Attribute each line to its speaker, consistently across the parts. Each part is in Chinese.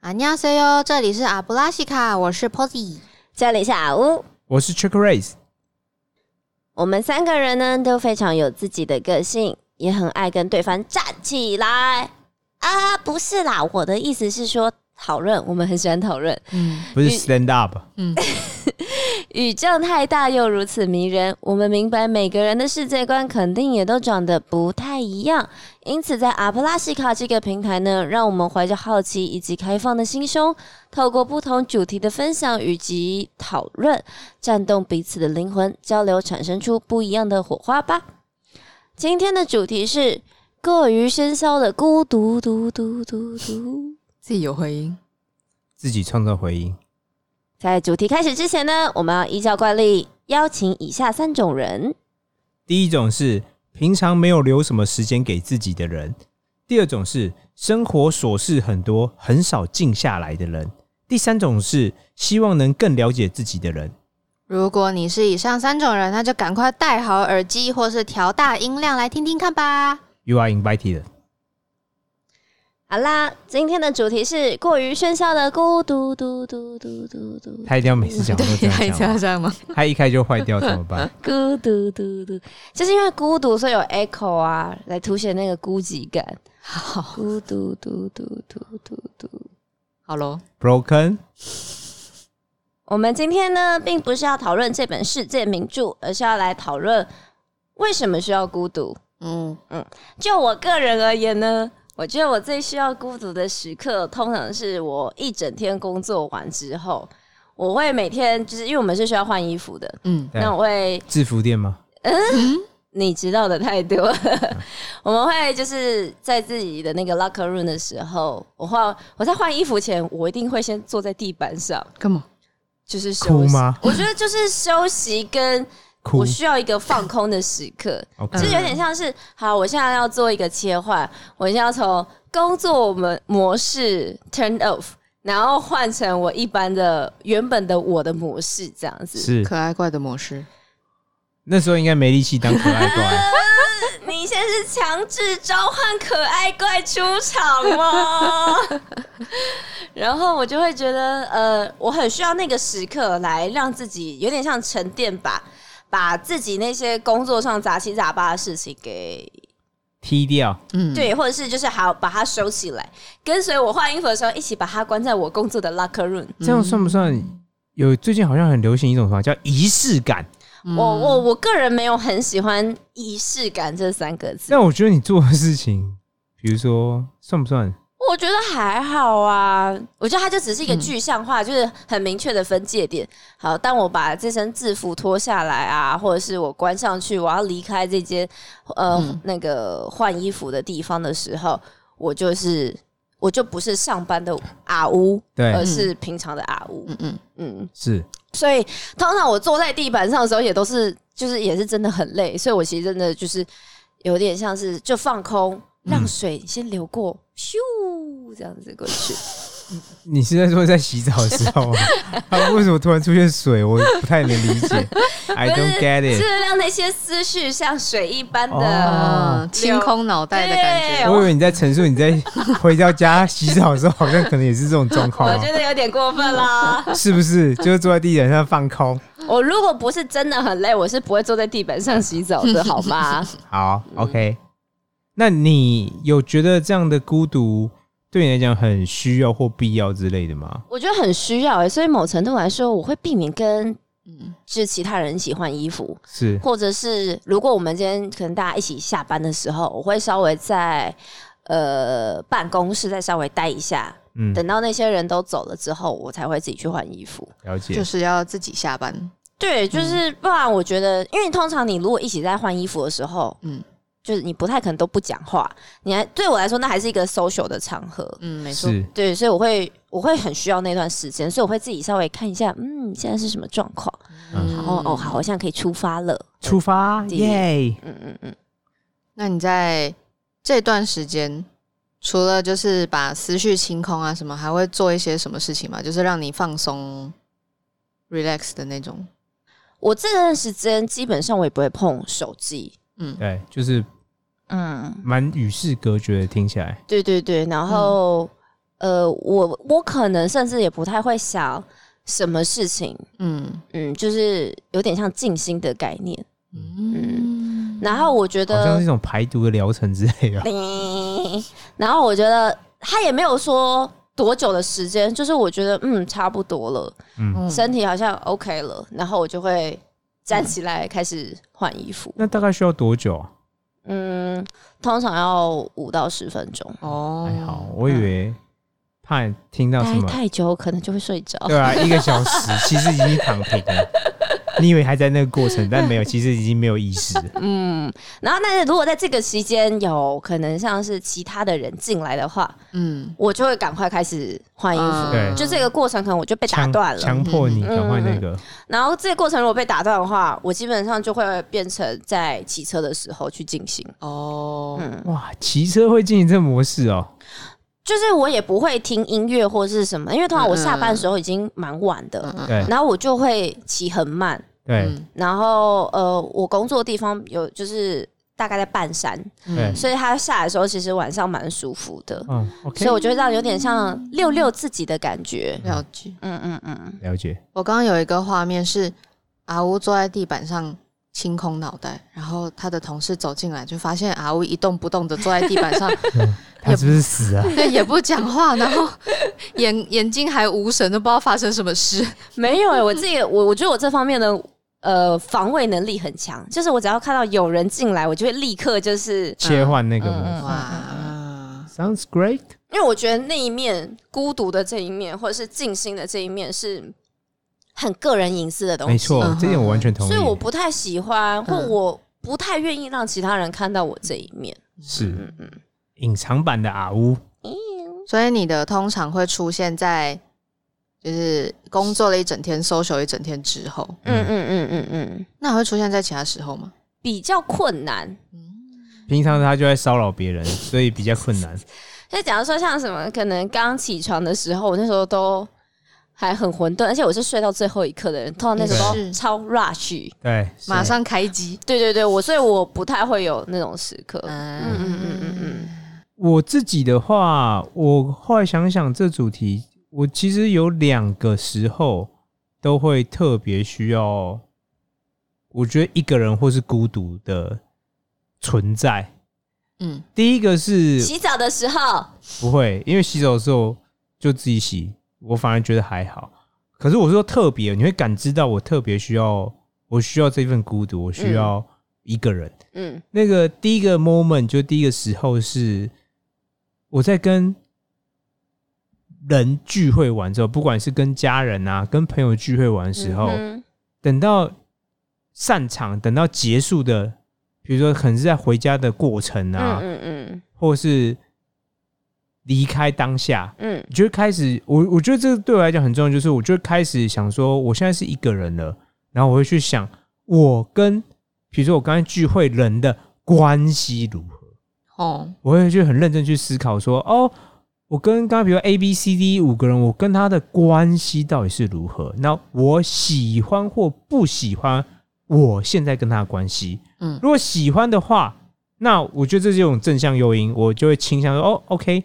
Speaker 1: 안녕하세요，这里是阿布拉西卡，我是 Posy。
Speaker 2: 这里是阿乌，
Speaker 3: 我是 Chick Race，
Speaker 2: 我们三个人呢都非常有自己的个性，也很爱跟对方站起来啊！不是啦，我的意思是说讨论，我们很喜欢讨论。
Speaker 1: 嗯
Speaker 3: 不是
Speaker 2: 你
Speaker 3: Stand Up。
Speaker 1: 嗯，
Speaker 2: 宇宙太大又如此迷人，我们明白每个人的世界观肯定也都长得不太一样，因此在阿布拉西卡这个平台呢，让我们怀着好奇以及开放的心胸，透过不同主题的分享以及讨论，战动彼此的灵魂，交流产生出不一样的火花吧。今天的主题是过于喧嚣的孤独，独独独独。
Speaker 1: 自己有回音。
Speaker 3: 自己创造回音。
Speaker 2: 在主题开始之前呢，我们要依照惯例邀请以下三种人。
Speaker 3: 第一种是平常没有留什么时间给自己的人；第二种是生活琐事很多，很少静下来的人；第三种是希望能更了解自己的人。
Speaker 1: 如果你是以上三种人，那就赶快戴好耳机或是调大音量来听听看吧。
Speaker 3: You are invited。
Speaker 2: 好啦，今天的主题是过于喧嚣的孤独，嘟嘟嘟嘟嘟，
Speaker 3: 他一定要每次讲都这样 讲吗，
Speaker 1: 这样吗？
Speaker 3: 他一开就坏掉怎么办？
Speaker 2: 孤独嘟嘟，就是因为孤独，所以有 echo 啊，来凸显那个孤寂感。
Speaker 1: 好，
Speaker 2: 孤独嘟嘟嘟嘟嘟。
Speaker 1: 好喽。
Speaker 3: Broken，
Speaker 2: 我们今天呢，并不是要讨论这本世界名著，而是要来讨论为什么需要孤独。
Speaker 1: 嗯，
Speaker 2: 就我个人而言呢，我觉得我最需要孤独的时刻，通常是我一整天工作完之后，我会每天就是因为我们是需要换衣服的，
Speaker 1: 嗯
Speaker 3: 对
Speaker 2: 那我会
Speaker 3: 制服店吗？
Speaker 2: 你知道的太多 了，我们会就是在自己的那个 locker room 的时候，我换我在换衣服前，我一定会先坐在地板上，
Speaker 1: 干嘛？
Speaker 2: 就是休息
Speaker 3: 哭？吗？
Speaker 2: 我觉得就是休息跟
Speaker 3: 哭嗯
Speaker 2: 我。需要一个放空的时刻。
Speaker 3: OK，
Speaker 2: 就是有点像是，好，我现在要做一个切换，我现在要从工作模模式 turn off，然后换成我一般的原本的我的模式这样子。
Speaker 3: 是
Speaker 1: 可爱怪的模式。
Speaker 3: 那时候应该没力气当可爱 怪，
Speaker 2: 你现在是强制召唤可爱怪出场吗？ 然后我就会觉得，呃，我很需要那个时刻来让自己有点像沉淀吧，把自己那些工作上杂七杂八的事情给
Speaker 3: 踢掉。
Speaker 1: 嗯，
Speaker 2: 对，或者是就是好把它收起来，跟随我换衣服的时候一起把它关在我工作的 locker room。
Speaker 3: 这样算不算？
Speaker 2: 嗯
Speaker 3: 有最近好像很流行一种什么叫仪式感？
Speaker 1: 嗯，
Speaker 2: 我我我个人没有很喜欢仪式感这三个字，
Speaker 3: 但我觉得你做的事情，比如说算不算？
Speaker 2: 我觉得还好啊。我觉得它就只是一个
Speaker 1: 嗯
Speaker 2: 具象化，就是很明确的分界点。好，当我把这身制服脱下来啊，或者是我关上去，我要离开这间呃、
Speaker 1: 嗯
Speaker 2: 那个换衣服的地方的时候，我就是我就不是上班的阿乌，
Speaker 3: 对，
Speaker 2: 而是平常的阿乌。
Speaker 1: 嗯嗯，
Speaker 2: 嗯。
Speaker 3: 是
Speaker 2: 所以通常我坐在地板上的时候，也都是就是也是真的很累，所以我其实真的就是有点像是就放空，让水先流过，咻这样子过去。
Speaker 3: 你是在说在洗澡的时 候吗？他为什么突然出现水？我不太能理 解。I
Speaker 2: 不是
Speaker 3: don't get
Speaker 2: 就
Speaker 3: it。
Speaker 2: 是让那些思绪像水一般的，
Speaker 3: 哦
Speaker 1: 嗯，清空脑袋的感觉。
Speaker 2: 对
Speaker 3: 我以为你在陈述你在回到家洗澡的时候，好像可能也是这种状况、
Speaker 2: 我
Speaker 3: 啊
Speaker 2: 觉，得有点过分啦。
Speaker 3: 是不是？就是坐在地板上放空。
Speaker 2: 我如果不是真的很累，我是不会坐在地板上洗澡的，好吗？
Speaker 3: 好，OK。那你有觉得这样的孤独对你来讲很需要或必要之类的吗？
Speaker 2: 我觉得很需要、欸，所以某程度来说，我会避免跟
Speaker 1: 嗯
Speaker 2: 就是其他人一起换衣服。
Speaker 3: 是
Speaker 2: 或者是如果我们今天可能大家一起下班的时候，我会稍微在呃办公室再稍微待一下，
Speaker 3: 嗯，
Speaker 2: 等到那些人都走了之后，我才会自己去换衣服。嗯
Speaker 3: 了解
Speaker 1: 就。是要自己下班。
Speaker 2: 对，就是不然我觉得，因为通常你如果一起在换衣服的时候，
Speaker 1: 嗯
Speaker 2: 就是你不太可能都不讲话，你还对我来说那还是一个 social 的场合。
Speaker 1: 嗯，没错。
Speaker 3: 是
Speaker 2: 对，所以我会我会很需要那段时间，所以我会自己稍微看一下，嗯，现在是什么状况？
Speaker 3: 嗯
Speaker 2: 哦哦，好，我现在可以出发了。
Speaker 3: 出发啊
Speaker 2: 对
Speaker 3: 耶！
Speaker 2: 嗯嗯嗯，
Speaker 1: 那你在这段时间，除了就是把思绪清空啊，什么，还会做一些什么事情吗？就是让你放松、relax 的那种。
Speaker 2: 我这段时间基本上我也不会碰手机，
Speaker 1: 嗯
Speaker 3: 对，就是
Speaker 2: 嗯，
Speaker 3: 蛮与世隔绝的，听起来。
Speaker 2: 对对对，然后、呃，我我可能甚至也不太会想什么事情，
Speaker 1: 嗯
Speaker 2: 嗯，就是有点像静心的概念。
Speaker 1: 嗯，
Speaker 2: 然后我觉
Speaker 3: 好像是一
Speaker 2: 得，
Speaker 3: 种排毒的疗程之类的。
Speaker 2: 叮 然后我觉得他也没有说多久的时间，就是我觉得嗯差不多了，
Speaker 3: 嗯，
Speaker 1: 嗯
Speaker 2: 身体好像 OK 了，然后我就会站起来开始换衣服。
Speaker 3: 那大概需要多久啊？
Speaker 2: 嗯，通常要五到十分钟，
Speaker 1: 哦，
Speaker 3: 还哎好，我以为怕你听到什
Speaker 2: 待
Speaker 3: 么，
Speaker 2: 嗯太哦久可能就会睡着。
Speaker 3: 对啊，一个小时其实已经躺平了。你以为还在那个过程，但没有，其实已经没有意识了。
Speaker 2: 嗯，然后但是如果在这个期间有可能像是其他的人进来的话，
Speaker 1: 嗯，
Speaker 2: 我就会赶快开始换衣服。
Speaker 1: 嗯
Speaker 3: 对
Speaker 2: 就这个过程可能我就被 打
Speaker 3: 强
Speaker 2: 断了，嗯
Speaker 3: 强迫你赶快那个，
Speaker 2: 然后这个过程如果被打断的话，我基本上就会变成在骑车的时候去进行。
Speaker 1: 哦，
Speaker 2: 嗯，
Speaker 3: 哇，骑车会进行这模式哦。
Speaker 2: 就是我也不会听音乐或是什么，因为通常我下班的时候已经蛮晚的，
Speaker 1: 嗯
Speaker 3: 对
Speaker 2: 然后我就会骑很慢。
Speaker 3: 对
Speaker 1: 嗯
Speaker 2: 然后呃，我工作的地方有就是大概在半山，
Speaker 1: 嗯
Speaker 3: 对，
Speaker 2: 所以它下来的时候其实晚上蛮舒服的，
Speaker 3: 嗯
Speaker 2: 所
Speaker 3: ，OK，
Speaker 2: 以我觉得这样有点像遛遛自己的感觉。
Speaker 1: 了解。
Speaker 2: 嗯嗯嗯，
Speaker 3: 了解。
Speaker 1: 我刚刚有一个画面是阿乌坐在地板上清空脑袋，然后他的同事走进来，就发现阿乌一动不动的坐在地板上，
Speaker 3: 他是不是死
Speaker 2: 嗯
Speaker 3: 啊？
Speaker 1: 对，也不讲话，然 后眼眼睛还无神，都不知道发生什么事。
Speaker 2: 没有、欸，我自己我我觉得我这方面的呃防卫能力很强，就是我只要看到有人进来，我就会立刻就是
Speaker 3: 切换那个
Speaker 2: 嗯嗯
Speaker 3: 模
Speaker 2: 嗯
Speaker 1: 哇，
Speaker 3: 式，Sounds great。
Speaker 2: 因为我觉得那一面孤独的这一面，或者是静心的这一面，是很个人隐私的东西，
Speaker 3: 没错
Speaker 1: 嗯，
Speaker 3: 这点我完全同意。
Speaker 2: 所以我不太喜欢，或
Speaker 1: 嗯
Speaker 2: 我不太愿意让其他人看到我这一面。
Speaker 3: 是
Speaker 2: 嗯嗯，
Speaker 3: 隐藏版的阿乌，
Speaker 1: 所以你的通常会出现在就是工作了一整天、social 一整天之后，
Speaker 2: 嗯嗯嗯嗯嗯，
Speaker 1: 那还会出现在其他时候吗？
Speaker 2: 比较困难。
Speaker 3: 平常他就在骚扰 别人，所以比较困难。
Speaker 2: 就假如说像什么，可能刚起床的时候，我那时候都还很混沌，而且我是睡到最后一刻的人，通常那时候
Speaker 1: 也是
Speaker 2: 都超 rush。
Speaker 3: 对，
Speaker 1: 马上开机。
Speaker 2: 对对对，我所以我不太会有那种时刻。嗯
Speaker 1: 嗯
Speaker 2: 嗯嗯嗯嗯，
Speaker 3: 我自己的话，我后来想想这主题，我其实有两个时候都会特别需要，我觉得一个人或是孤独的存在。
Speaker 1: 嗯，
Speaker 3: 第一个是
Speaker 2: 洗澡的时候，
Speaker 3: 不会，因为洗手的时候就自己洗，我反而觉得还好。可是我说特别，你会感知到我特别需要，我需要这份孤独，我需要一个人。
Speaker 2: 嗯
Speaker 3: 那个第一个 moment 就第一个时候是我在跟人聚会完之后，不管是跟家人啊、跟朋友聚会完的时候，
Speaker 2: 嗯
Speaker 3: 等到散场、等到结束的，比如说可能是在回家的过程啊，
Speaker 2: 嗯嗯
Speaker 3: 或是离开当下，
Speaker 2: 嗯
Speaker 3: 你就会开始，我我觉得这个对我来讲很重要，就是我就会开始想说，我现在是一个人了，然后我会去想，我跟比如说我刚才聚会人的关系如何，
Speaker 1: 哦，
Speaker 3: 我会去很认真去思考说，哦，我跟刚刚比如 A B C D 五个人，我跟他的关系到底是如何？那我喜欢或不喜欢我现在跟他的关系？
Speaker 1: 嗯
Speaker 3: 如果喜欢的话，那我觉得这是一种正向诱因，我就会倾向说，哦，OK，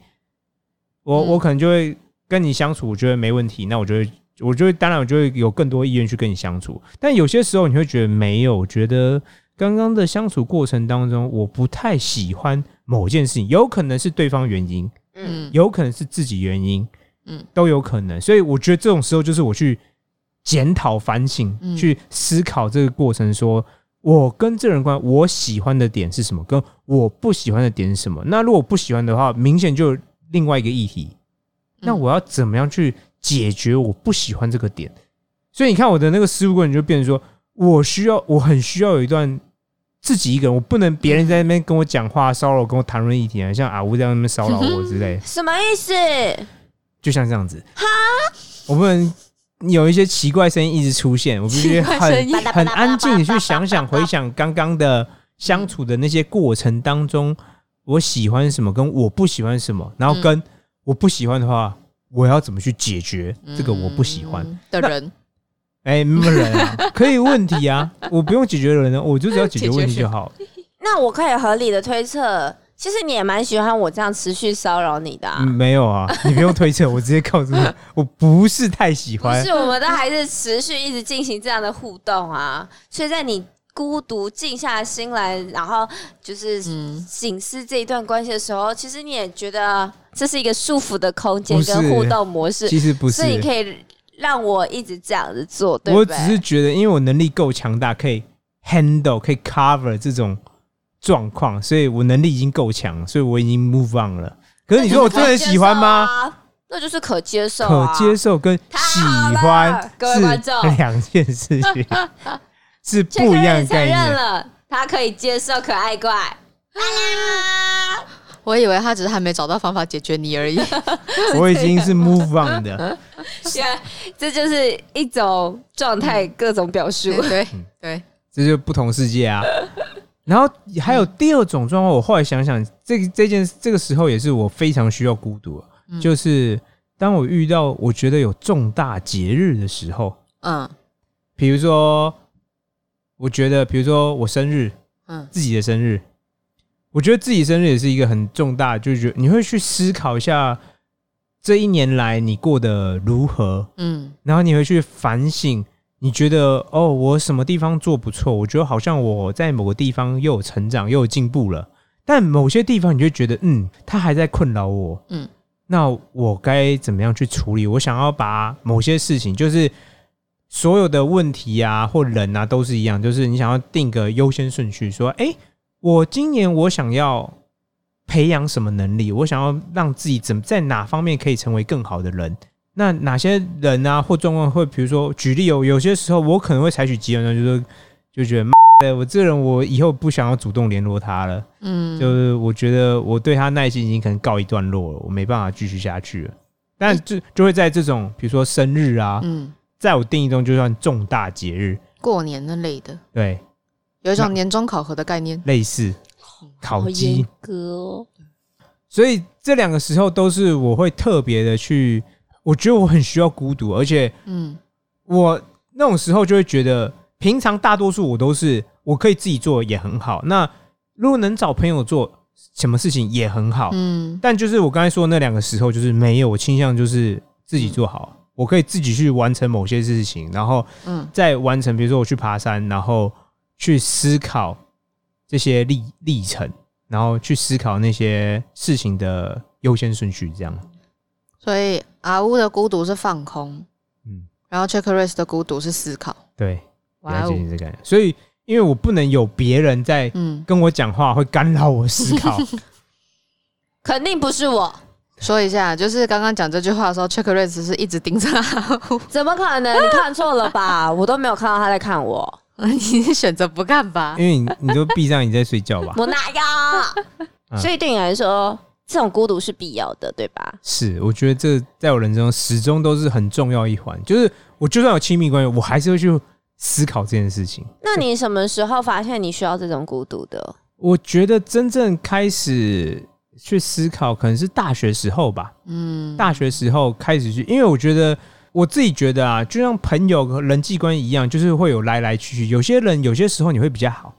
Speaker 3: 我、
Speaker 1: 嗯
Speaker 3: 我可能就会跟你相处，我觉得没问题，那我就会。我就会，当然，我就会有更多意愿去跟你相处。但有些时候，你会觉得没有，我觉得刚刚的相处过程当中，我不太喜欢某件事情，有可能是对方原因，
Speaker 2: 嗯
Speaker 1: 嗯
Speaker 3: 有可能是自己原因，
Speaker 1: 嗯
Speaker 3: 嗯，都有可能。所以我觉得这种时候就是我去检讨、反省、
Speaker 1: 嗯
Speaker 3: 去思考这个过程说我跟这人关，我喜欢的点是什么，跟我不喜欢的点是什么。那如果不喜欢的话，明显就有另外一个议题。那
Speaker 1: 嗯
Speaker 3: 我要怎么样去解决我不喜欢这个点？所以你看我的那个思路过程就变成说，我需要，我很需要有一段自己一个人，我不能别人在那边跟我讲话、骚扰、跟我谈论议题啊，像阿乌在那边骚扰我
Speaker 1: 嗯
Speaker 3: 之类的。
Speaker 2: 什么意思？
Speaker 3: 就像这样子。哈，我不能有一些奇怪声音一直出现，我必
Speaker 1: 奇
Speaker 3: 须
Speaker 1: 怪声
Speaker 3: 很
Speaker 1: 音
Speaker 3: 很安静地去想想回想刚刚的相处的那些过程当中，我喜欢什么，跟我不喜欢什么，然后跟我不喜欢的话，我要怎么去解决这个我不喜欢？
Speaker 1: 嗯的人，
Speaker 3: 哎、没有人啊，可以问 题啊，我不用解决人啊，我就只要解决问题就好。
Speaker 2: 那我可以合理的推测，其实你也蛮喜欢我这样持续骚扰你的、啊
Speaker 3: 嗯，没有啊，你不用推测，我直接告诉你，我不是太喜
Speaker 2: 不
Speaker 3: 欢
Speaker 2: 是，。我们都还是持续一直进行这样的互动啊。所以在你孤独静下心来，然后就是
Speaker 1: 嗯
Speaker 2: 警示这一段关系的时候，其实你也觉得这是一个舒服的空间
Speaker 3: 不
Speaker 2: 跟
Speaker 3: 是
Speaker 2: 互动模式，
Speaker 3: 其实不是
Speaker 2: 所，以你可以让我一直这样子做，对不
Speaker 3: 我
Speaker 2: 对？
Speaker 3: 只是觉得，因为我能力够强大，可以 handle，可以 cover 这种状况，所以我能力已经够强，所以我已经 move on 了。可是你说我真的喜欢吗？
Speaker 2: 那就是可接受
Speaker 3: 可
Speaker 2: 啊，
Speaker 3: 接受跟喜欢
Speaker 2: 太好了各位观众
Speaker 3: 是两件 事情，是
Speaker 2: 这
Speaker 3: 不一样的
Speaker 2: 承
Speaker 3: 概
Speaker 2: 认
Speaker 3: 念。
Speaker 2: 了，他可以接受可爱怪。 啊
Speaker 1: 我以为他只是还没找到方法解决你而已。
Speaker 3: 我已经是 move on 的，
Speaker 2: Yeah，这啊就是一种状态，
Speaker 3: 嗯
Speaker 2: 各种表述。
Speaker 1: 对对，
Speaker 3: 这就是不同世界啊。 然后还有第二种状况，我后来想想，这个这件这个时候也是我非常需要孤独的，就是当我遇到我觉得有重大节日的时候，
Speaker 1: 嗯
Speaker 3: 比如说，我觉得，比如说我生日，
Speaker 1: 嗯
Speaker 3: 自己的生日，我觉得自己生日也是一个很重大，就是觉得你会去思考一下这一年来你过得如何，
Speaker 1: 嗯
Speaker 3: 然后你会去反省，你觉得哦，我什么地方做不错？我觉得好像我在某个地方又有成长，又有进步了，但某些地方你就觉得，嗯，它还在困扰我，
Speaker 1: 嗯，
Speaker 3: 那我该怎么样去处理？我想要把某些事情，就是所有的问题啊或人啊都是一样，就是你想要定个优先顺序，说，哎、我今年我想要培养什么能力？我想要让自己怎么在哪方面可以成为更好的人？那哪些人啊或状况会，比如说举例哦，有些时候我可能会采取极端的，就是说就觉得，妈的，我这个人我以后不想要主动联络他了。
Speaker 1: 嗯，
Speaker 3: 就是我觉得我对他耐心已经可能告一段落了，我没办法继续下去了。但就就会在这种比如说生日啊，
Speaker 1: 嗯，
Speaker 3: 在我定义中就算重大节日，
Speaker 1: 过年那类的，
Speaker 3: 对，
Speaker 1: 有一
Speaker 3: 那
Speaker 1: 种年终考核的概念。
Speaker 3: 类似烤鸡，
Speaker 2: 格哦，
Speaker 3: 所以这两个时候都是我会特别的去，我觉得我很需要孤独，而且
Speaker 1: 嗯
Speaker 3: 我那种时候就会觉得，平常大多数我都是我可以自己做也很好，那如果能找朋友做什么事情也很好，
Speaker 1: 嗯
Speaker 3: 但就是我刚才说的那两个时候，就是没有，我倾向就是自己做好，我可以自己去完成某些事情，然后
Speaker 1: 嗯
Speaker 3: 再完成，比如说我去爬山，然后去思考这些历历程，然后去思考那些事情的优先顺序，这样。
Speaker 1: 所以阿乌的孤独是放空，
Speaker 3: 嗯，
Speaker 1: 然后 Check Race 的孤独是思考。
Speaker 3: 对，
Speaker 1: 哇
Speaker 3: 了
Speaker 1: 哦
Speaker 3: 解，你这个感觉。所以，因为我不能有别人在
Speaker 1: 嗯，
Speaker 3: 跟我讲话，会干扰我思考。
Speaker 2: 肯定不是我，
Speaker 1: 说一下，就是刚刚讲这句话的时候，Check Race 是一直盯着阿乌，
Speaker 2: 怎么可能？你看错了吧？ 我都没有看到他在看我，
Speaker 1: 你是选择不看吧？
Speaker 3: 因为你你都闭上，你在睡觉吧？
Speaker 2: 我哪有？
Speaker 3: 嗯
Speaker 2: 所以对你来说，这种孤独是必要的，对吧？
Speaker 3: 是，我觉得这在我人生中始终都是很重要一环。就是我就算有亲密关系，我还是会去思考这件事情。
Speaker 2: 那你什么时候发现你需要这种孤独的？
Speaker 3: 我觉得真正开始去思考，可能是大学时候吧。
Speaker 1: 嗯，
Speaker 3: 大学时候开始去，因为我觉得我自己觉得啊，就像朋友和人际关系一样，就是会有来来去去。有些人有些时候你会比较好，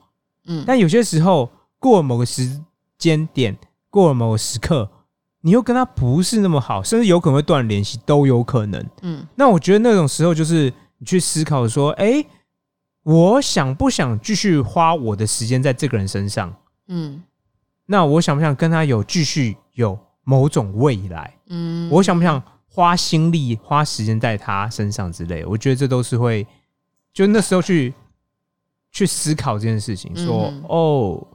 Speaker 1: 嗯
Speaker 3: 但有些时候过了某个时间点，过了某个时刻，你又跟他不是那么好，甚至有可能会断联系，都有可能。
Speaker 1: 嗯
Speaker 3: 那我觉得那种时候就是你去思考说，哎、我想不想继续花我的时间在这个人身上？
Speaker 1: 嗯
Speaker 3: 那我想不想跟他有继续有某种未来？
Speaker 1: 嗯，
Speaker 3: 我想不想花心力、花时间在他身上之类？我觉得这都是会，就那时候去去思考这件事情，说、
Speaker 1: 嗯
Speaker 3: 哦，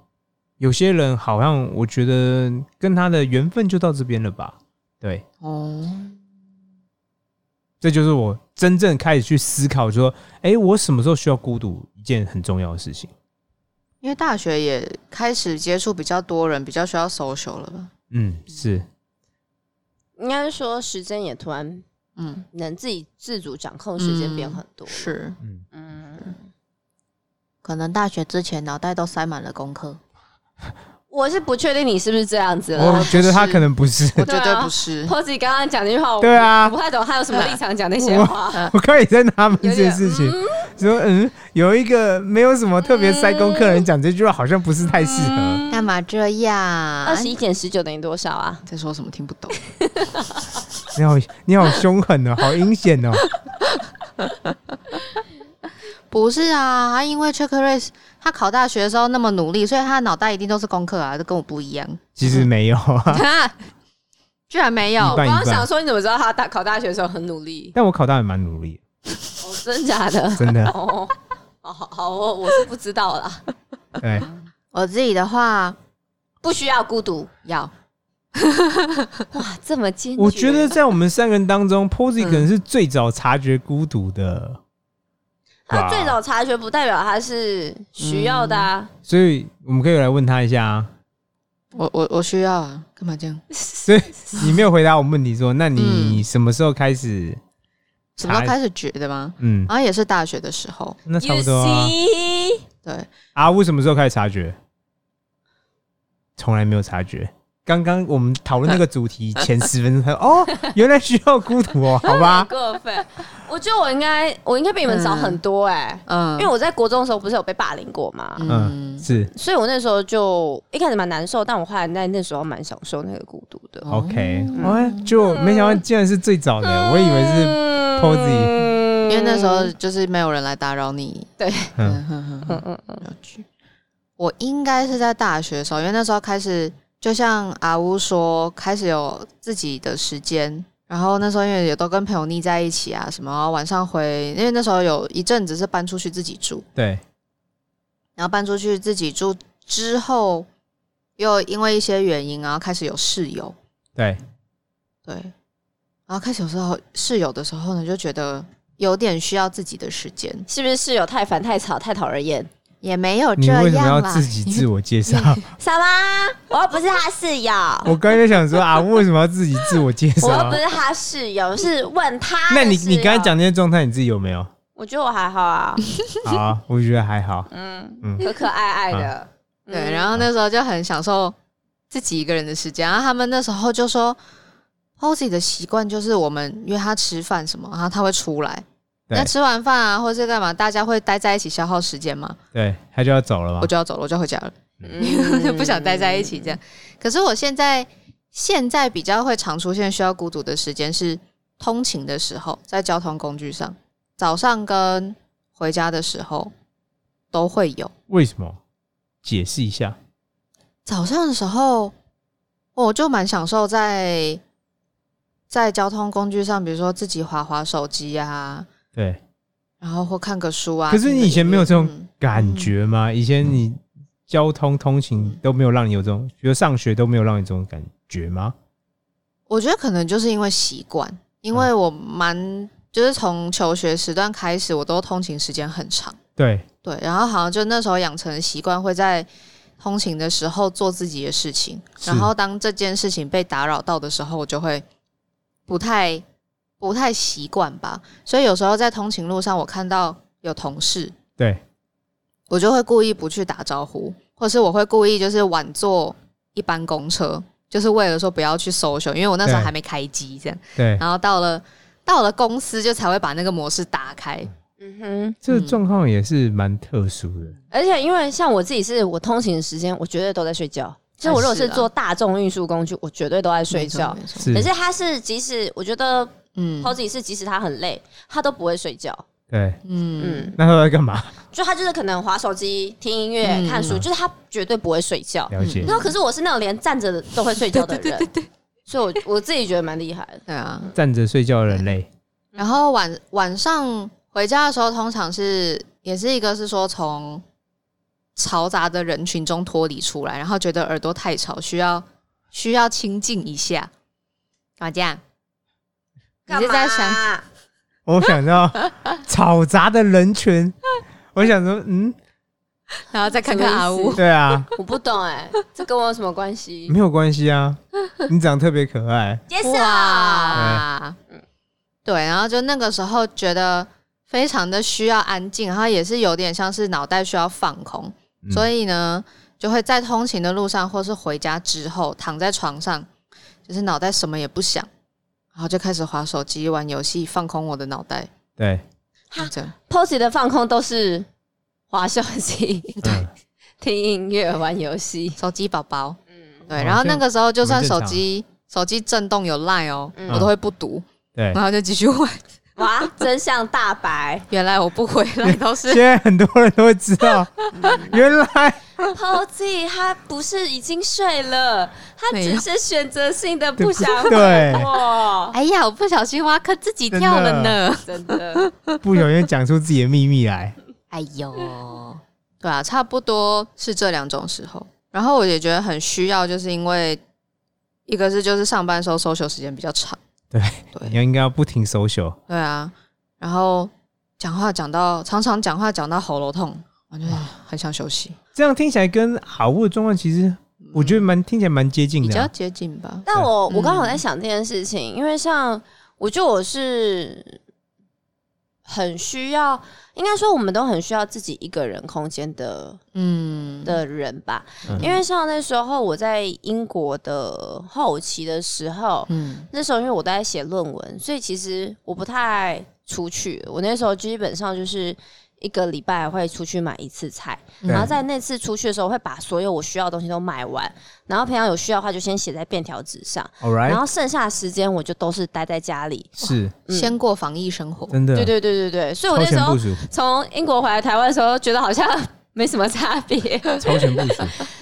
Speaker 3: 有些人好像我觉得跟他的缘分就到这边了吧？对，
Speaker 1: 哦，
Speaker 3: 这就是我真正开始去思考说，哎、我什么时候需要孤独，一件很重要的事情。
Speaker 1: 因为大学也开始接触比较多人，比较需要 social 了吧？
Speaker 3: 嗯，是
Speaker 2: 应该说，时间也突然
Speaker 1: 嗯，
Speaker 2: 能自己自主掌控时间变很多。
Speaker 1: 是，
Speaker 2: 嗯，
Speaker 1: 可能大学之前脑袋都塞满了功课。
Speaker 2: 我是不确定你是不是这样子
Speaker 3: 我
Speaker 2: 啦。
Speaker 3: 觉得他可能不是，
Speaker 1: 啊我
Speaker 2: 对
Speaker 1: 绝
Speaker 2: 啊
Speaker 1: 对不是。
Speaker 2: Posy 刚刚讲那句话，我
Speaker 3: 对啊
Speaker 2: 我不太懂他有什么立场讲那些话。
Speaker 3: 我刚也在纳闷
Speaker 2: 有
Speaker 3: 这
Speaker 2: 点
Speaker 3: 件事情，说嗯，有一个没有什么特别塞工客人讲这句话，好像不是太适合。
Speaker 2: 嗯
Speaker 1: 干嘛这样？
Speaker 2: 二十一减十九等于多少啊？
Speaker 1: 哎在说什么？听不懂。
Speaker 3: 你好，你好凶狠哦，好阴险哦。
Speaker 1: 不是啊，他因为 c h u c k r a c e 他考大学的时候那么努力，所以他的脑袋一定都是功课啊，都跟我不一样。
Speaker 3: 其实没有 啊，
Speaker 1: 居然没
Speaker 3: 一
Speaker 1: 有，
Speaker 3: 半
Speaker 2: 我
Speaker 3: 一
Speaker 2: 刚想
Speaker 3: 半。
Speaker 2: 说，你怎么知道他大考大学的时候很努力？
Speaker 3: 但我考大也蛮努力，
Speaker 2: 哦，真假的？
Speaker 3: 真的。
Speaker 2: 哦，哦好好，我我是不知道啦，
Speaker 3: 对，
Speaker 2: 嗯
Speaker 1: 我自己的话
Speaker 2: 不需要孤独。
Speaker 1: 要
Speaker 2: 哇，这么坚决，
Speaker 3: 我觉得在我们三个人当中，Posy
Speaker 1: 嗯
Speaker 3: 可能是最早察觉孤独的，
Speaker 2: 他
Speaker 3: 吧
Speaker 2: 最早察觉不代表他是需要的啊。
Speaker 3: 所以我们可以来问他一下啊。
Speaker 1: 我我我需要啊，干嘛这样？
Speaker 3: 所以你没有回答我们问题说，那
Speaker 2: 嗯
Speaker 3: 你什么时候开始？
Speaker 1: 什么时
Speaker 3: 才
Speaker 1: 候开始觉得吗？
Speaker 3: 嗯，
Speaker 1: 然后也是大学的时候，
Speaker 3: 那差
Speaker 2: You
Speaker 3: 不多啊。
Speaker 2: see，
Speaker 1: 对，
Speaker 3: 阿啊乌什么时候开始察觉？从来没有察觉。刚刚我们讨论那个 主题前十分钟，他说：“哦，原来需要孤独哦，好吧
Speaker 2: 很过分。我觉得我应该，我应该比你们早很多哎、
Speaker 1: 嗯
Speaker 2: 因为我在国中的时候不是有被霸凌过嘛，
Speaker 3: 嗯？”是
Speaker 2: 所以我那时候就一开始蛮难受，但我后来在那时候蛮享受那个孤独的。
Speaker 1: 哦
Speaker 3: OK，哎，
Speaker 1: 嗯
Speaker 3: 就没想到竟然是最早的，我以为是
Speaker 2: 嗯
Speaker 3: Posy
Speaker 1: 因为那时候就是没有人来打扰你。
Speaker 2: 对，
Speaker 1: 嗯 哼哼哼，了解。我应该是在大学的时候，因为那时候开始，就像阿乌说，开始有自己的时间。然后那时候因为也都跟朋友腻在一起啊，什么然后晚上回，因为那时候有一阵子是搬出去自己住，
Speaker 3: 对，
Speaker 1: 然后搬出去自己住之后，又因为一些原因，然后开始有室友，
Speaker 3: 对，
Speaker 1: 对，然后开始有时候室友的时候呢，就觉得有点需要自己的时间，
Speaker 2: 是不是室友太烦、太吵、太讨人厌？
Speaker 1: 也没有这
Speaker 3: 你
Speaker 1: 样啦。啊
Speaker 3: 为什么要自己自我介 绍？
Speaker 2: 什么？我又不是他室友，
Speaker 3: 我刚才想说啊，为什么要自己自 我介
Speaker 2: 我又
Speaker 3: 绍
Speaker 2: 不？是他室友，是问他。
Speaker 3: 那你
Speaker 1: 啊
Speaker 3: 你刚才，讲那些状态，你自己有 没有？
Speaker 2: 我觉得我还好 啊，
Speaker 3: 好啊，我觉得还好。
Speaker 2: 嗯
Speaker 3: 嗯啊
Speaker 2: 可可爱爱的。
Speaker 1: 对，
Speaker 2: 嗯
Speaker 1: 然后那时候就很享受自己一个人的时间。然后他们那时候就说，Posy 的习惯就是我们约他吃饭什么，然后他会出来。
Speaker 3: 对
Speaker 1: 那吃完饭啊，或是干嘛，大家会待在一起消耗时间嘛？
Speaker 3: 对，他就要走了嘛
Speaker 1: 我。就要走了，我就要回家了，
Speaker 2: 嗯
Speaker 1: 就不想待在一起这样。可是我现在现在比较会常出现需要孤独的时间是通勤的时候，在交通工具上，早上跟回家的时候都会有。
Speaker 3: 为什么？解释一下。
Speaker 1: 早上的时候，我就蛮享受在在交通工具上，比如说自己划划手机啊，
Speaker 3: 对，
Speaker 1: 然后或看个书啊。
Speaker 3: 可是你以前没有这种
Speaker 1: 嗯
Speaker 3: 感觉吗？以前你交通通勤都没有让你有这种，比如上学都没有让你这种感觉吗？
Speaker 1: 我觉得可能就是因为习惯，因为我蛮就是从求学时段开始，我都通勤时间很长，
Speaker 3: 对，
Speaker 1: 对，然后好像就那时候养成的习惯会在。通勤的时候做自己的事情，
Speaker 3: 是
Speaker 1: 然后当这件事情被打扰到的时候，我就会不太不太习惯吧。所以有时候在通勤路上，我看到有同事，
Speaker 3: 对，
Speaker 1: 我就会故意不去打招呼，或是我会故意就是晚坐一班公车，就是为了说不要去 social，因为我那时候
Speaker 3: 对
Speaker 1: 还没开机这样。
Speaker 3: 对，
Speaker 1: 然后到了到了公司就才会把那个模式打开。
Speaker 2: 嗯哼，
Speaker 3: 这个状况也是蛮特殊的。
Speaker 2: 而且因为像我自己是我通勤的时间，我绝对都在睡觉。就是我如果是
Speaker 1: 是啊
Speaker 2: 坐大众运输工具，我绝对都在睡觉。
Speaker 1: 没错，没错
Speaker 3: 是
Speaker 2: 可，是他是，即使我觉得
Speaker 1: 嗯
Speaker 2: p o s 是，即使他很累，他都不会睡觉。
Speaker 3: 对，
Speaker 1: 嗯，
Speaker 2: 嗯，
Speaker 3: 那他在干嘛？
Speaker 2: 就他就是可能划手机、听音乐、
Speaker 1: 嗯
Speaker 2: 看书，就是他绝对不会睡觉。
Speaker 3: 了解
Speaker 1: 嗯
Speaker 2: 然。后可是我是那种连站着都会睡觉的人，所以我我自己觉得蛮厉害的。
Speaker 1: 对啊。
Speaker 3: 站着睡觉的人类，
Speaker 1: 然后晚晚上回家的时候，通常是也是一个是说从嘈杂的人群中脱离出来，然后觉得耳朵太吵，需要需要清静一下。干嘛这样？你是在想
Speaker 2: 干嘛啊
Speaker 3: 我 想到嘈杂的人群，我想说，嗯，
Speaker 1: 然后再看看阿乌，
Speaker 3: 对啊，
Speaker 2: 我不懂哎、这跟我有什么关系？
Speaker 3: 没有关系啊，你长得特别可爱，
Speaker 2: 接受。
Speaker 1: 哇，对，然后就那个时候觉得非常的需要安静，然后也是有点像是脑袋需要放空，
Speaker 3: 嗯
Speaker 1: 所以呢，就会在通勤的路上或是回家之后躺在床上，就是脑袋什么也不想，然后就开始划手机、玩游戏，放空我的脑袋，
Speaker 3: 对，
Speaker 1: 就这样。
Speaker 2: Posy 的放空都是滑手机、
Speaker 3: 嗯，
Speaker 2: 听音乐、玩游戏。
Speaker 1: 手机宝宝，
Speaker 2: 嗯
Speaker 1: 对。
Speaker 3: 哦
Speaker 1: 然后
Speaker 3: 这
Speaker 1: 那个时候就算
Speaker 3: 蛮正
Speaker 1: 手
Speaker 3: 常
Speaker 1: 机手机震动有 line 哦，
Speaker 2: 嗯
Speaker 1: 我都会不读，
Speaker 3: 对
Speaker 1: 然。后就继续玩。
Speaker 2: 哇，真相大白
Speaker 1: 原来我不回来都
Speaker 3: 现
Speaker 1: 是
Speaker 3: 在很多人都会知 道，原来
Speaker 2: ！Posy 他不是已经睡了，他
Speaker 1: 没
Speaker 2: 只
Speaker 1: 有
Speaker 2: 是选择性的不想
Speaker 3: 对
Speaker 2: 我。
Speaker 1: 哎呀，我不小心挖坑自己跳了
Speaker 3: 真的
Speaker 1: 呢。
Speaker 2: 真的，
Speaker 3: 不小心讲出自己的秘密来。
Speaker 1: 哎呦， 对啊，差不多是这两种时候。然后我也觉得很需要，就是因为一个是就是上班的时候 social 时间比较长，
Speaker 3: 对，
Speaker 1: 对
Speaker 3: 你要应该要不停 social，
Speaker 1: 对啊，然后讲话讲到常常讲话讲到喉咙痛，我就很想休息，
Speaker 3: 这样听起来跟好物的状况其实我觉得蛮听起来蛮接近
Speaker 1: 比
Speaker 3: 的
Speaker 1: 较
Speaker 3: 啊。
Speaker 1: 接近吧。
Speaker 2: 但我我刚好
Speaker 1: 嗯
Speaker 2: 在想这件事情，因为像我觉得我是很需要，应该说我们都很需要自己一个人空间的
Speaker 1: 嗯，
Speaker 2: 的人吧。
Speaker 3: 嗯
Speaker 2: 因为像那时候我在英国的后期的时候，
Speaker 1: 嗯
Speaker 2: 那时候因为我都在写论文，所以其实我不太出去。我那时候基本上就是一个礼拜会出去买一次菜，
Speaker 3: 对
Speaker 2: 然后在那次出去的时候会把所有我需要的东西都买完，然后平常有需要的话就先写在便条纸上，
Speaker 3: All
Speaker 2: 然
Speaker 3: right，
Speaker 2: 后剩下的时间我就都是待在家里。
Speaker 3: 是
Speaker 2: 嗯
Speaker 1: 先过防疫生活，
Speaker 3: 真的，
Speaker 2: 对对对对对，所以我
Speaker 3: 啊超
Speaker 2: 那时
Speaker 3: 前
Speaker 2: 候
Speaker 3: 部署，
Speaker 2: 从英国回来台湾的时候，觉得好像没什么差 别。
Speaker 3: 超前部署，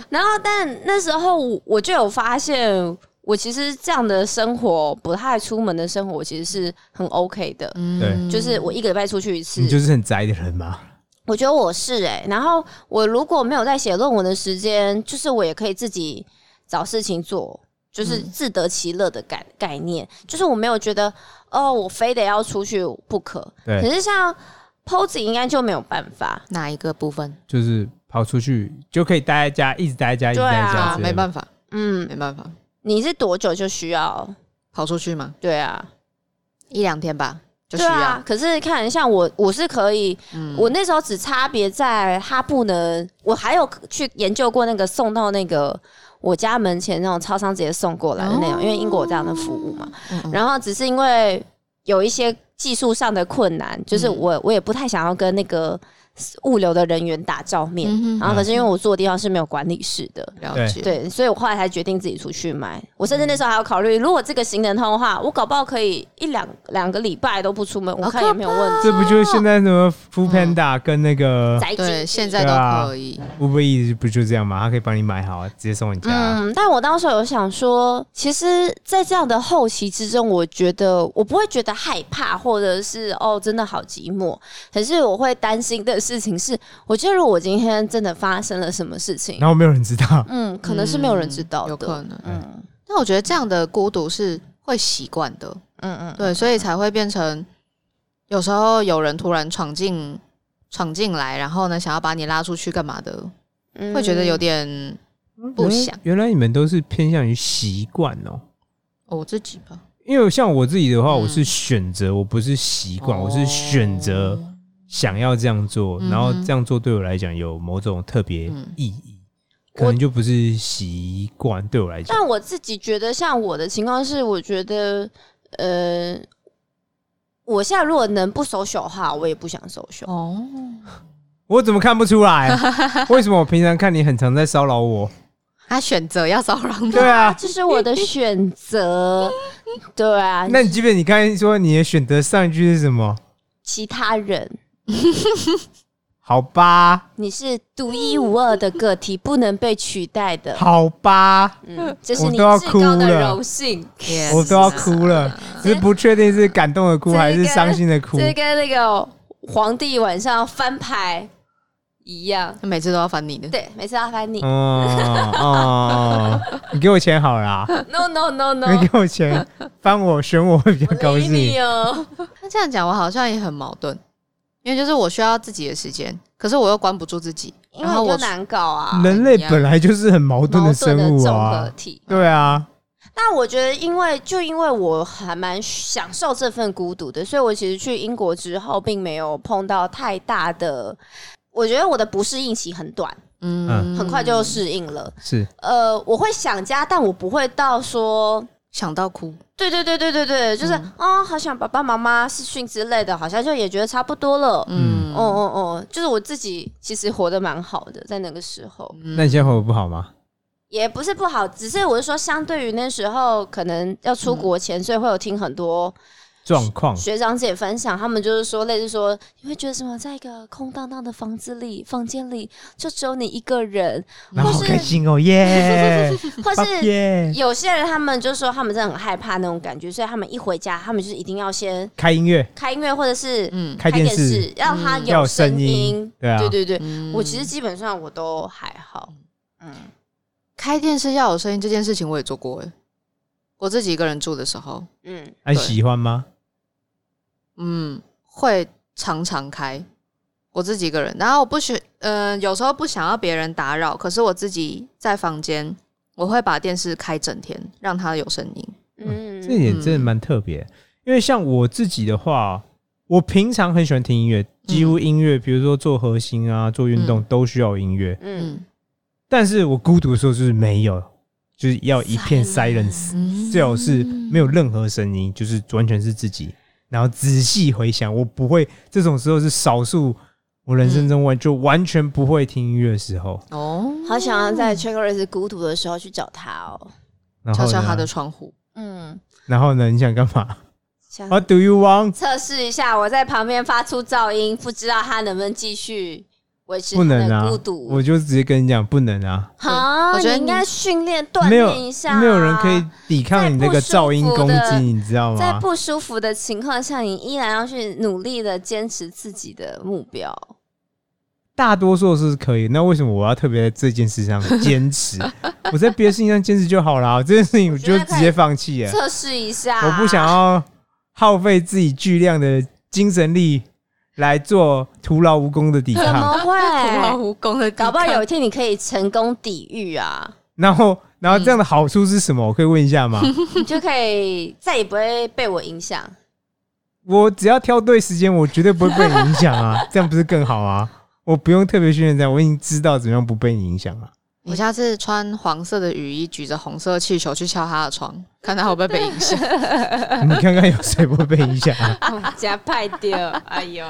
Speaker 2: 然后，但那时候我我就有发现，我其实这样的生活，不太出门的生活，我其实是很 OK 的。
Speaker 1: 嗯，
Speaker 2: 就是我一个礼拜出去一次
Speaker 3: 你，就是很宅的人嘛。
Speaker 2: 我觉得我是哎、然后我如果没有在写论文的时间，就是我也可以自己找事情做，就是
Speaker 3: 嗯
Speaker 2: 自得其乐的概概念。就是我没有觉得哦，我非得要出去不可。
Speaker 3: 对
Speaker 2: 可是像 Posy 应该就没有办法。
Speaker 1: 哪一个部分
Speaker 3: 就是跑出去就可以待在家，一直待在家，一直
Speaker 2: 对啊
Speaker 3: 待在家
Speaker 1: 啊？
Speaker 3: 之类的，
Speaker 1: 没办法，
Speaker 2: 嗯，
Speaker 1: 没办法，
Speaker 2: 你是多久就需要？
Speaker 1: 跑出去嘛，
Speaker 2: 对啊，
Speaker 1: 一两天吧，就需
Speaker 2: 对啊
Speaker 1: 要。。
Speaker 2: 可是看像我，我是可以，
Speaker 1: 嗯
Speaker 2: 我那时候只差别在他不能，我还有去研究过那个送到那个我家门前那种超商直接送过来的那种，
Speaker 1: 哦
Speaker 2: 因为英国有这样的服务嘛。
Speaker 1: 嗯嗯
Speaker 2: 然后只是因为有一些技术上的困难，就是
Speaker 1: 嗯
Speaker 2: 我、我也不太想要跟那个物流的人员打照面。
Speaker 1: 嗯哼
Speaker 2: 然后可是因为我住的地方是没有管理室的。
Speaker 1: 了解，
Speaker 2: 对，所以我后来才决定自己出去买。我甚至
Speaker 1: 嗯
Speaker 2: 那时候还有考虑，如果这个行人通的话，我搞不好可以一两两个礼拜都不出门，我
Speaker 1: 好
Speaker 2: 看
Speaker 1: 啊可
Speaker 2: 也没有问题。
Speaker 3: 这不就是现在什么 Food Panda 跟那
Speaker 2: 嗯
Speaker 3: 个
Speaker 2: 宅经济
Speaker 1: 对，现在都
Speaker 3: 对啊
Speaker 1: 可以。
Speaker 3: Uber E 不就这样吗？他可以帮你买好，直接送你家。
Speaker 1: 啊
Speaker 2: 嗯，但我当时有想说，其实，在这样的后期之中，我觉得我不会觉得害怕，或者是哦，真的好寂寞。可是我会担心的事情是，我觉得如果我今天真的发生了什么事情，
Speaker 3: 然后没有人知道，
Speaker 2: 嗯，可能是没有人知道的，
Speaker 1: 有可能。
Speaker 2: 嗯
Speaker 1: 但我觉得这样的孤独是会习惯的，
Speaker 2: 嗯嗯，
Speaker 1: 对，所以才会变成有时候有人突然闯进闯进来，然后呢想要把你拉出去干嘛的，
Speaker 2: 嗯
Speaker 1: 会觉得有点不想
Speaker 3: 原来。原来你们都是偏向于习惯哦，
Speaker 1: 哦我自己吧，
Speaker 3: 因为像我自己的话，
Speaker 1: 嗯
Speaker 3: 我是选择，我不是习惯，我是选择
Speaker 1: 哦
Speaker 3: 想要这样做，
Speaker 1: 嗯哼
Speaker 3: 然后这样做对我来讲有某种特别意义，可
Speaker 2: 我
Speaker 3: 能就不是习惯对我来讲。
Speaker 2: 但我自己觉得，像我的情况是，我觉得，呃，我现在如果能不手手的话，我也不想手手。
Speaker 1: 哦，
Speaker 3: 我怎么看不出来？啊为什么我平常看你很常在骚扰我？
Speaker 1: 他选择要骚扰你，
Speaker 3: 对 啊，
Speaker 2: 这是我的选择，对啊，
Speaker 3: 那你基本你刚才说你的选择上一句是什么？
Speaker 2: 其他人
Speaker 3: 好吧，
Speaker 2: 你是独一无二的个体，不能被取代的，
Speaker 3: 好吧，
Speaker 2: 嗯，这是
Speaker 3: 我
Speaker 2: 你
Speaker 3: 都要
Speaker 2: 至
Speaker 3: 哭
Speaker 2: 高的
Speaker 3: 了
Speaker 2: 荣幸。
Speaker 1: Yes
Speaker 3: 我都要哭了，只是不确定是感动的哭
Speaker 2: 这
Speaker 3: 还是
Speaker 2: 个
Speaker 3: 伤心的哭。
Speaker 2: 这跟那个皇帝晚上翻牌一样，
Speaker 1: 每次都要烦你的，
Speaker 2: 对，每次要翻你、
Speaker 3: 哦哦，你给我钱好啊啦，
Speaker 2: n o no no
Speaker 3: 你
Speaker 2: no，
Speaker 3: 给我钱，翻我选我会比较
Speaker 2: 我
Speaker 3: 高
Speaker 2: 理你
Speaker 3: 兴。
Speaker 2: 哦，
Speaker 1: 那这样讲我好像也很矛盾，因为就是我需要自己的时间，可是我又关不住自己，
Speaker 2: 因
Speaker 1: 然
Speaker 2: 为
Speaker 1: 后
Speaker 2: 你就
Speaker 1: 我
Speaker 2: 难搞啊，
Speaker 3: 人类本来就是很矛盾
Speaker 2: 矛
Speaker 3: 的
Speaker 2: 盾的
Speaker 3: 生物
Speaker 2: 综合
Speaker 3: 啊，
Speaker 2: 体。
Speaker 3: 对啊，
Speaker 2: 那我觉得，因为就因为我还蛮享受这份孤独的，所以我其实去英国之后，并没有碰到太大的。我觉得我的不适应期很短，
Speaker 1: 嗯，
Speaker 2: 很快就适应了。
Speaker 3: 是
Speaker 2: 呃，我会想家，但我不会到说，
Speaker 1: 想到哭。
Speaker 2: 对对对对对对，就是啊、哦，好想爸爸妈妈视讯之类的，好像就也觉得差不多了。
Speaker 1: 嗯，
Speaker 2: 哦哦哦，就是我自己其实活得蛮好的，在那个时候
Speaker 3: 那你现在活得不好吗？
Speaker 2: 也不是不好，只是我是说，相对于那时候可能要出
Speaker 3: 嗯
Speaker 2: 国前，所以会有听很多
Speaker 3: 状况
Speaker 2: 学长姐分享，他们就是说，类似说，你会觉得什么，在一个空荡荡的房子里、房间里，就只有你一个人，
Speaker 3: 然 后
Speaker 2: 或
Speaker 3: 好开
Speaker 2: 是
Speaker 3: 心哦，耶！
Speaker 2: 或
Speaker 3: 爸
Speaker 2: 是
Speaker 3: 耶！
Speaker 2: 有些人他们就说他们真的很害怕那种感觉，所以他们一回家，他们就是一定要先
Speaker 3: 开音乐，
Speaker 2: 开音乐，或者是
Speaker 1: 嗯
Speaker 3: 开电视，，嗯
Speaker 2: 让它
Speaker 3: 要
Speaker 2: 有
Speaker 3: 有声
Speaker 2: 声
Speaker 3: 音
Speaker 2: 音。，
Speaker 3: 对啊，
Speaker 2: 对对对，
Speaker 1: 嗯
Speaker 2: 我其实基本上我都还好，嗯，
Speaker 1: 开电视要有声音这件事情我也做过哎，我自己一个人住的时候，
Speaker 2: 嗯，
Speaker 3: 那你
Speaker 1: 对
Speaker 3: 喜欢吗？
Speaker 1: 嗯，会常常开。我自己一个人，然后我不喜，嗯、有时候不想要别人打扰，可是我自己在房间，我会把电视开整天，让它有声音。
Speaker 2: 嗯，
Speaker 3: 这点真的蛮特别，因为像我自己的话，我平常很喜欢听音
Speaker 2: 嗯
Speaker 3: 乐，几乎音乐，比如说做核心啊、做运动
Speaker 1: 嗯
Speaker 3: 都需要音乐，
Speaker 2: 嗯
Speaker 1: 嗯
Speaker 3: 但是我孤独的时候就是没有，就是要一片 silence，
Speaker 1: 嗯
Speaker 3: 最好是没有任何声音，就是完全是自己。然后仔细回想，我不会这种时候是少数，我人生中完就完全不会听音乐的时候。
Speaker 1: 哦，
Speaker 2: 好想要在 c h e c k r i s 孤独的时候去找他哦，
Speaker 3: 然
Speaker 1: 敲
Speaker 3: 后
Speaker 1: 敲他的
Speaker 3: 呢？
Speaker 1: 窗户，
Speaker 2: 嗯，
Speaker 3: 然后呢？你想干嘛
Speaker 2: 想
Speaker 3: ？What do you want？
Speaker 2: 测试一下，我在旁边发出噪音，不知道他能不能继续维持
Speaker 3: 不
Speaker 2: 他
Speaker 3: 能
Speaker 2: 的
Speaker 3: 啊
Speaker 2: 孤！独。
Speaker 3: 我就直接跟你讲，不能啊！
Speaker 2: 好，
Speaker 1: 我觉得
Speaker 2: 你应该
Speaker 1: 你
Speaker 2: 训练锻
Speaker 3: 没有
Speaker 2: 炼一下、
Speaker 3: 没有人可以。抵抗你那个噪音攻
Speaker 2: 在不舒服
Speaker 3: 击，
Speaker 2: 的
Speaker 3: 你知道
Speaker 2: 在
Speaker 3: 吗？
Speaker 2: 不舒服的情况下，你依然要去努力的坚持自己的目标。
Speaker 3: 大多数是可以，那为什么我要特别在这件事上 坚持？我在别的事情上坚持就好啦，这件事情我就
Speaker 2: 我觉得可以
Speaker 3: 直接放弃啊了。
Speaker 2: 测试一下，
Speaker 3: 我不想要耗费自己巨量的精神力来做徒劳无功的抵
Speaker 2: 怎
Speaker 3: 抗。
Speaker 2: 么
Speaker 1: 徒劳
Speaker 2: 会？
Speaker 1: 无功的抵
Speaker 2: 搞
Speaker 1: 抗，
Speaker 2: 不好有一天你可以成功抵御啊，
Speaker 3: 然后，然后这样的好处是什么？我可以问一下吗？
Speaker 2: 你就可以再也不会被我影响。
Speaker 3: 我只要挑对时间，我绝对不会被你影响啊，这样不是更好啊？我不用特别训练这样，我已经知道怎么样不被你影响了。啊
Speaker 1: 你下次穿黄色的雨衣，举着红色气球去敲他的窗，看他会不会被影响。
Speaker 3: 你看看有谁不会被影响啊？
Speaker 2: 加派掉，哎呦，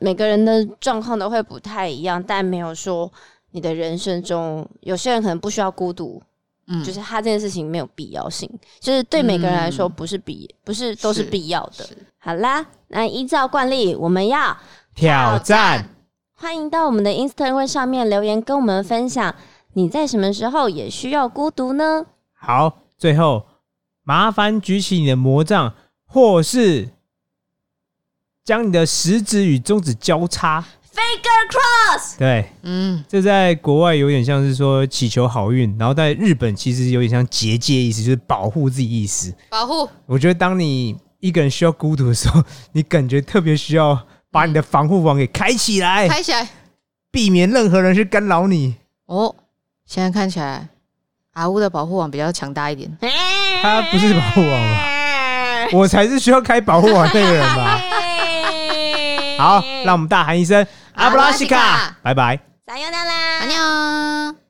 Speaker 2: 每个人的状况都会不太一样，但没有说你的人生中，有些人可能不需要孤独，
Speaker 1: 嗯，
Speaker 2: 就是他这件事情没有必要性，就是对每个人来说
Speaker 1: 嗯
Speaker 2: 不是必，不是都是
Speaker 1: 是
Speaker 2: 必要的
Speaker 1: 是。
Speaker 2: 好啦，那依照惯例，我们要
Speaker 3: 挑战，
Speaker 2: 欢迎到我们的 Instagram 上面留言，跟我们分享你在什么时候也需要孤独呢？
Speaker 3: 好，最后麻烦举起你的魔杖，或是将你的食指与中指交叉。
Speaker 2: Faker Cross，
Speaker 3: 对，
Speaker 1: 嗯，
Speaker 3: 这在国外有点像是说祈求好运，然后在日本其实有点像结界意思，就是保护自己意思。
Speaker 1: 保护
Speaker 3: 我觉得当你一个人需要孤独的时候，你感觉特别需要把你的防护网给开起来，
Speaker 1: 开起来。
Speaker 3: 避免任何人去干扰你。
Speaker 1: 哦，现在看起来阿乌的保护网比较强大一点。
Speaker 2: 哎
Speaker 3: 他不是保护网吧？我才是需要开保护网那个人吧？
Speaker 2: 哎
Speaker 3: 好，让我们大喊一声阿布拉西卡，拜拜。
Speaker 2: 哎
Speaker 1: 啊
Speaker 2: 撒由那拉，
Speaker 1: 安妞。